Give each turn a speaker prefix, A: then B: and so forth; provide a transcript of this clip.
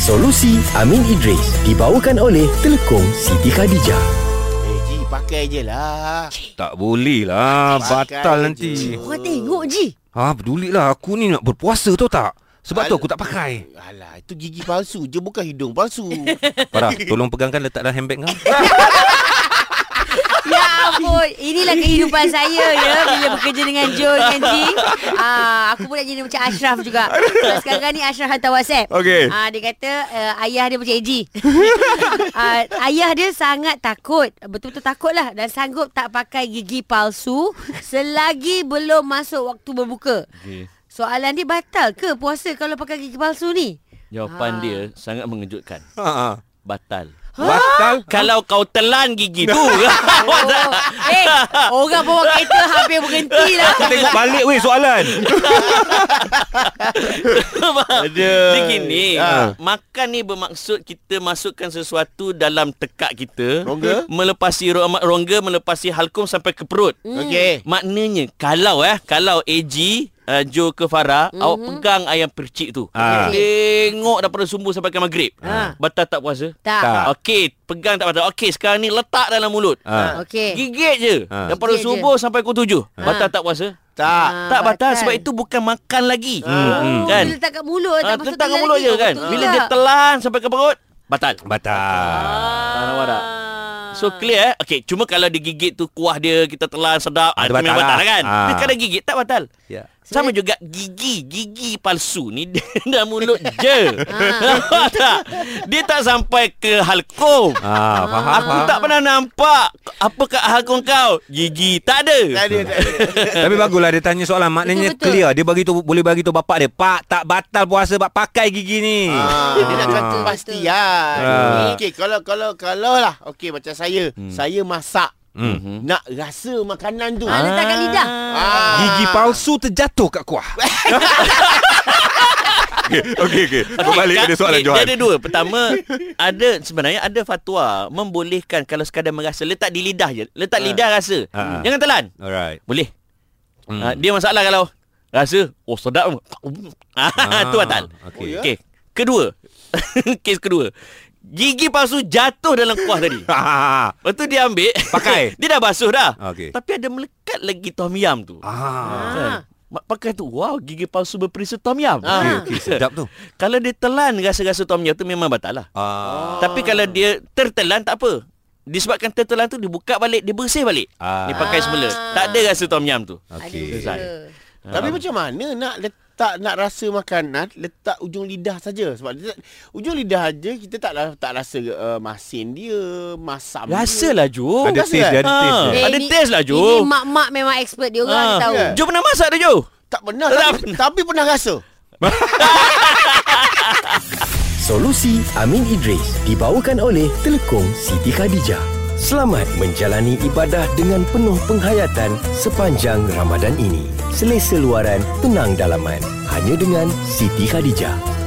A: Solusi Amin Idris dibawakan oleh Telekom Siti Khadijah.
B: Eh Ji pakai je lah
C: Tak boleh lah
B: Pakai
C: Batal
B: je.
C: nanti
D: Orang tengok je
C: Ha peduli lah Aku ni nak berpuasa tau tak Sebab tu
B: Al-
C: aku tak pakai
B: Alah itu gigi palsu je bukan hidung palsu
C: Farah tolong pegangkan letak dalam handbag kau
D: Ya ampun Inilah kehidupan saya ya Bila bekerja dengan Jun kan Ji ah, Aku pun nak jadi macam Ashraf juga Sebab sekarang ni Ashraf hantar whatsapp
C: Okey.
D: ah, Dia kata uh, Ayah dia macam Eji ah, Ayah dia sangat takut Betul-betul takut lah Dan sanggup tak pakai gigi palsu Selagi belum masuk waktu berbuka
E: Okey.
D: Soalan dia batal ke puasa kalau pakai gigi palsu ni? Ah.
E: Jawapan dia sangat mengejutkan.
C: ha, ha.
E: Batal.
C: Batal
E: Kalau kau telan gigi tu.
D: Oh, eh, orang bawa kereta hampir berhenti lah.
C: Kau tengok balik weh soalan
E: Dia gini.
C: Ah.
E: Makan ni bermaksud kita masukkan sesuatu dalam tekak kita.
B: Rongga?
E: Melepasi ro- rongga, melepasi halkum sampai ke perut.
D: Hmm.
B: Okey
E: Maknanya kalau eh kalau AG uh, Joe ke Farah
D: Mhm.
E: mm-hmm. awak pegang ayam percik tu.
C: Ah.
E: Tengok daripada subuh sampai ke maghrib.
D: Ah.
E: Batal tak puasa?
D: Tak.
C: Tak.
E: Okey, pegang tak batal. Okey, sekarang ni letak dalam mulut.
C: ha.
D: Okey.
E: Gigit je
C: Ah.
E: Daripada
D: Eh. Gigit je. Ah,
E: subuh sampai pukul tujuh
C: Ha.
E: Batal tak puasa?
B: Tak
E: tak batal, sebab itu bukan makan lagi
C: Ha.
D: Oh,
E: Kan?
D: Dia letak kat mulut tak
E: Ah,
D: masuk
E: Letak kat
D: telan
E: mulut
D: lagi.
E: je
D: Oh,
E: kan
D: betul
E: Bila
D: juga.
E: dia telan sampai ke perut Batal
C: Batal
D: Ah.
E: nak warak. So clear eh Okay cuma kalau dia gigit tu Kuah dia kita telan sedap
C: Ah,
E: ah,
C: dia
E: Itu memang
C: batal
E: batal
C: lah.
E: lah kan
C: Ah.
E: Dia kadang gigit tak batal
C: Ya.
E: Sama juga gigi Gigi palsu ni dia Dalam mulut je
D: Ah.
E: Nampak tak? Dia tak sampai ke halkom
C: Ah, faham,
E: Aku
C: faham.
E: tak pernah nampak Apa kat halkom kau Gigi tak ada
B: Tak ada tak ada
C: Tapi baguslah dia tanya soalan Maknanya
D: Betul, betul.
C: clear Dia bagi tu boleh bagi tu bapak dia Pak tak batal puasa Pak pakai gigi ni
B: Ah, dia nak kata
D: Betul.
C: Ah.
B: pastian.
C: Hmm.
B: Okey, kalau kalau kalau lah. Okey, macam saya, saya masak. Hmm. Nak rasa makanan tu.
D: Ah, letak kat lidah.
B: Ah.
C: Gigi palsu terjatuh kat kuah Okey okey
E: Kak- eh, Dia ada dua. Pertama, ada sebenarnya ada fatwa membolehkan kalau sekadar merasa letak di lidah je. Letak lidah rasa.
C: Ha. Hmm.
E: Jangan telan.
C: Alright
E: Boleh. Ah, dia masalah kalau rasa oh sedap. Ah, tu batal.
C: okey.
E: Okey. Okay. Kedua. Kes kedua. Gigi palsu jatuh dalam kuah tadi.
C: Ah,
E: Lepas tu dia ambil
C: Pakai.
E: Dia dah basuh dah
C: Okey.
E: Tapi ada melekat lagi tom yam tu
C: ah.
E: Kan? Mak pakai tu Wow gigi palsu berperisa tom yam
C: Okey, okey, sedap tu.
E: Kalau dia telan rasa-rasa tom yum tu memang batal lah.
C: Ah.
E: Tapi kalau dia tertelan tak apa. Disebabkan tertelan tu dia buka balik, dia bersih balik.
C: Ah.
E: Dia pakai semula. Tak ada rasa tom yum tu.
D: Ah,
C: Okey.
E: Selesai.
B: Tapi macam mana nak letak nak rasa makanan, letak ujung lidah saja sebab dia, tak- ujung lidah aja kita tak ra- tak rasa uh, masin dia, masam. dia.
E: Rasalah Jo.
C: Ada
B: rasa
C: taste dia,
B: kan?
C: ada taste dia.
E: Ah. Ada taste lah, Jo.
D: Eh, Ini mak-mak memang expert dia orang
E: Ah.
D: dia tahu.
B: Ya.
E: Jo pernah masak dah Jo?
B: tak pernah
E: Tak
B: tapi, tapi pernah rasa.
A: Solusi Amin Idris dibawakan oleh Telekom Siti Khadijah. Selamat menjalani ibadah dengan penuh penghayatan sepanjang Ramadan ini. Selesa luaran, tenang dalaman. Hanya dengan Siti Khadijah.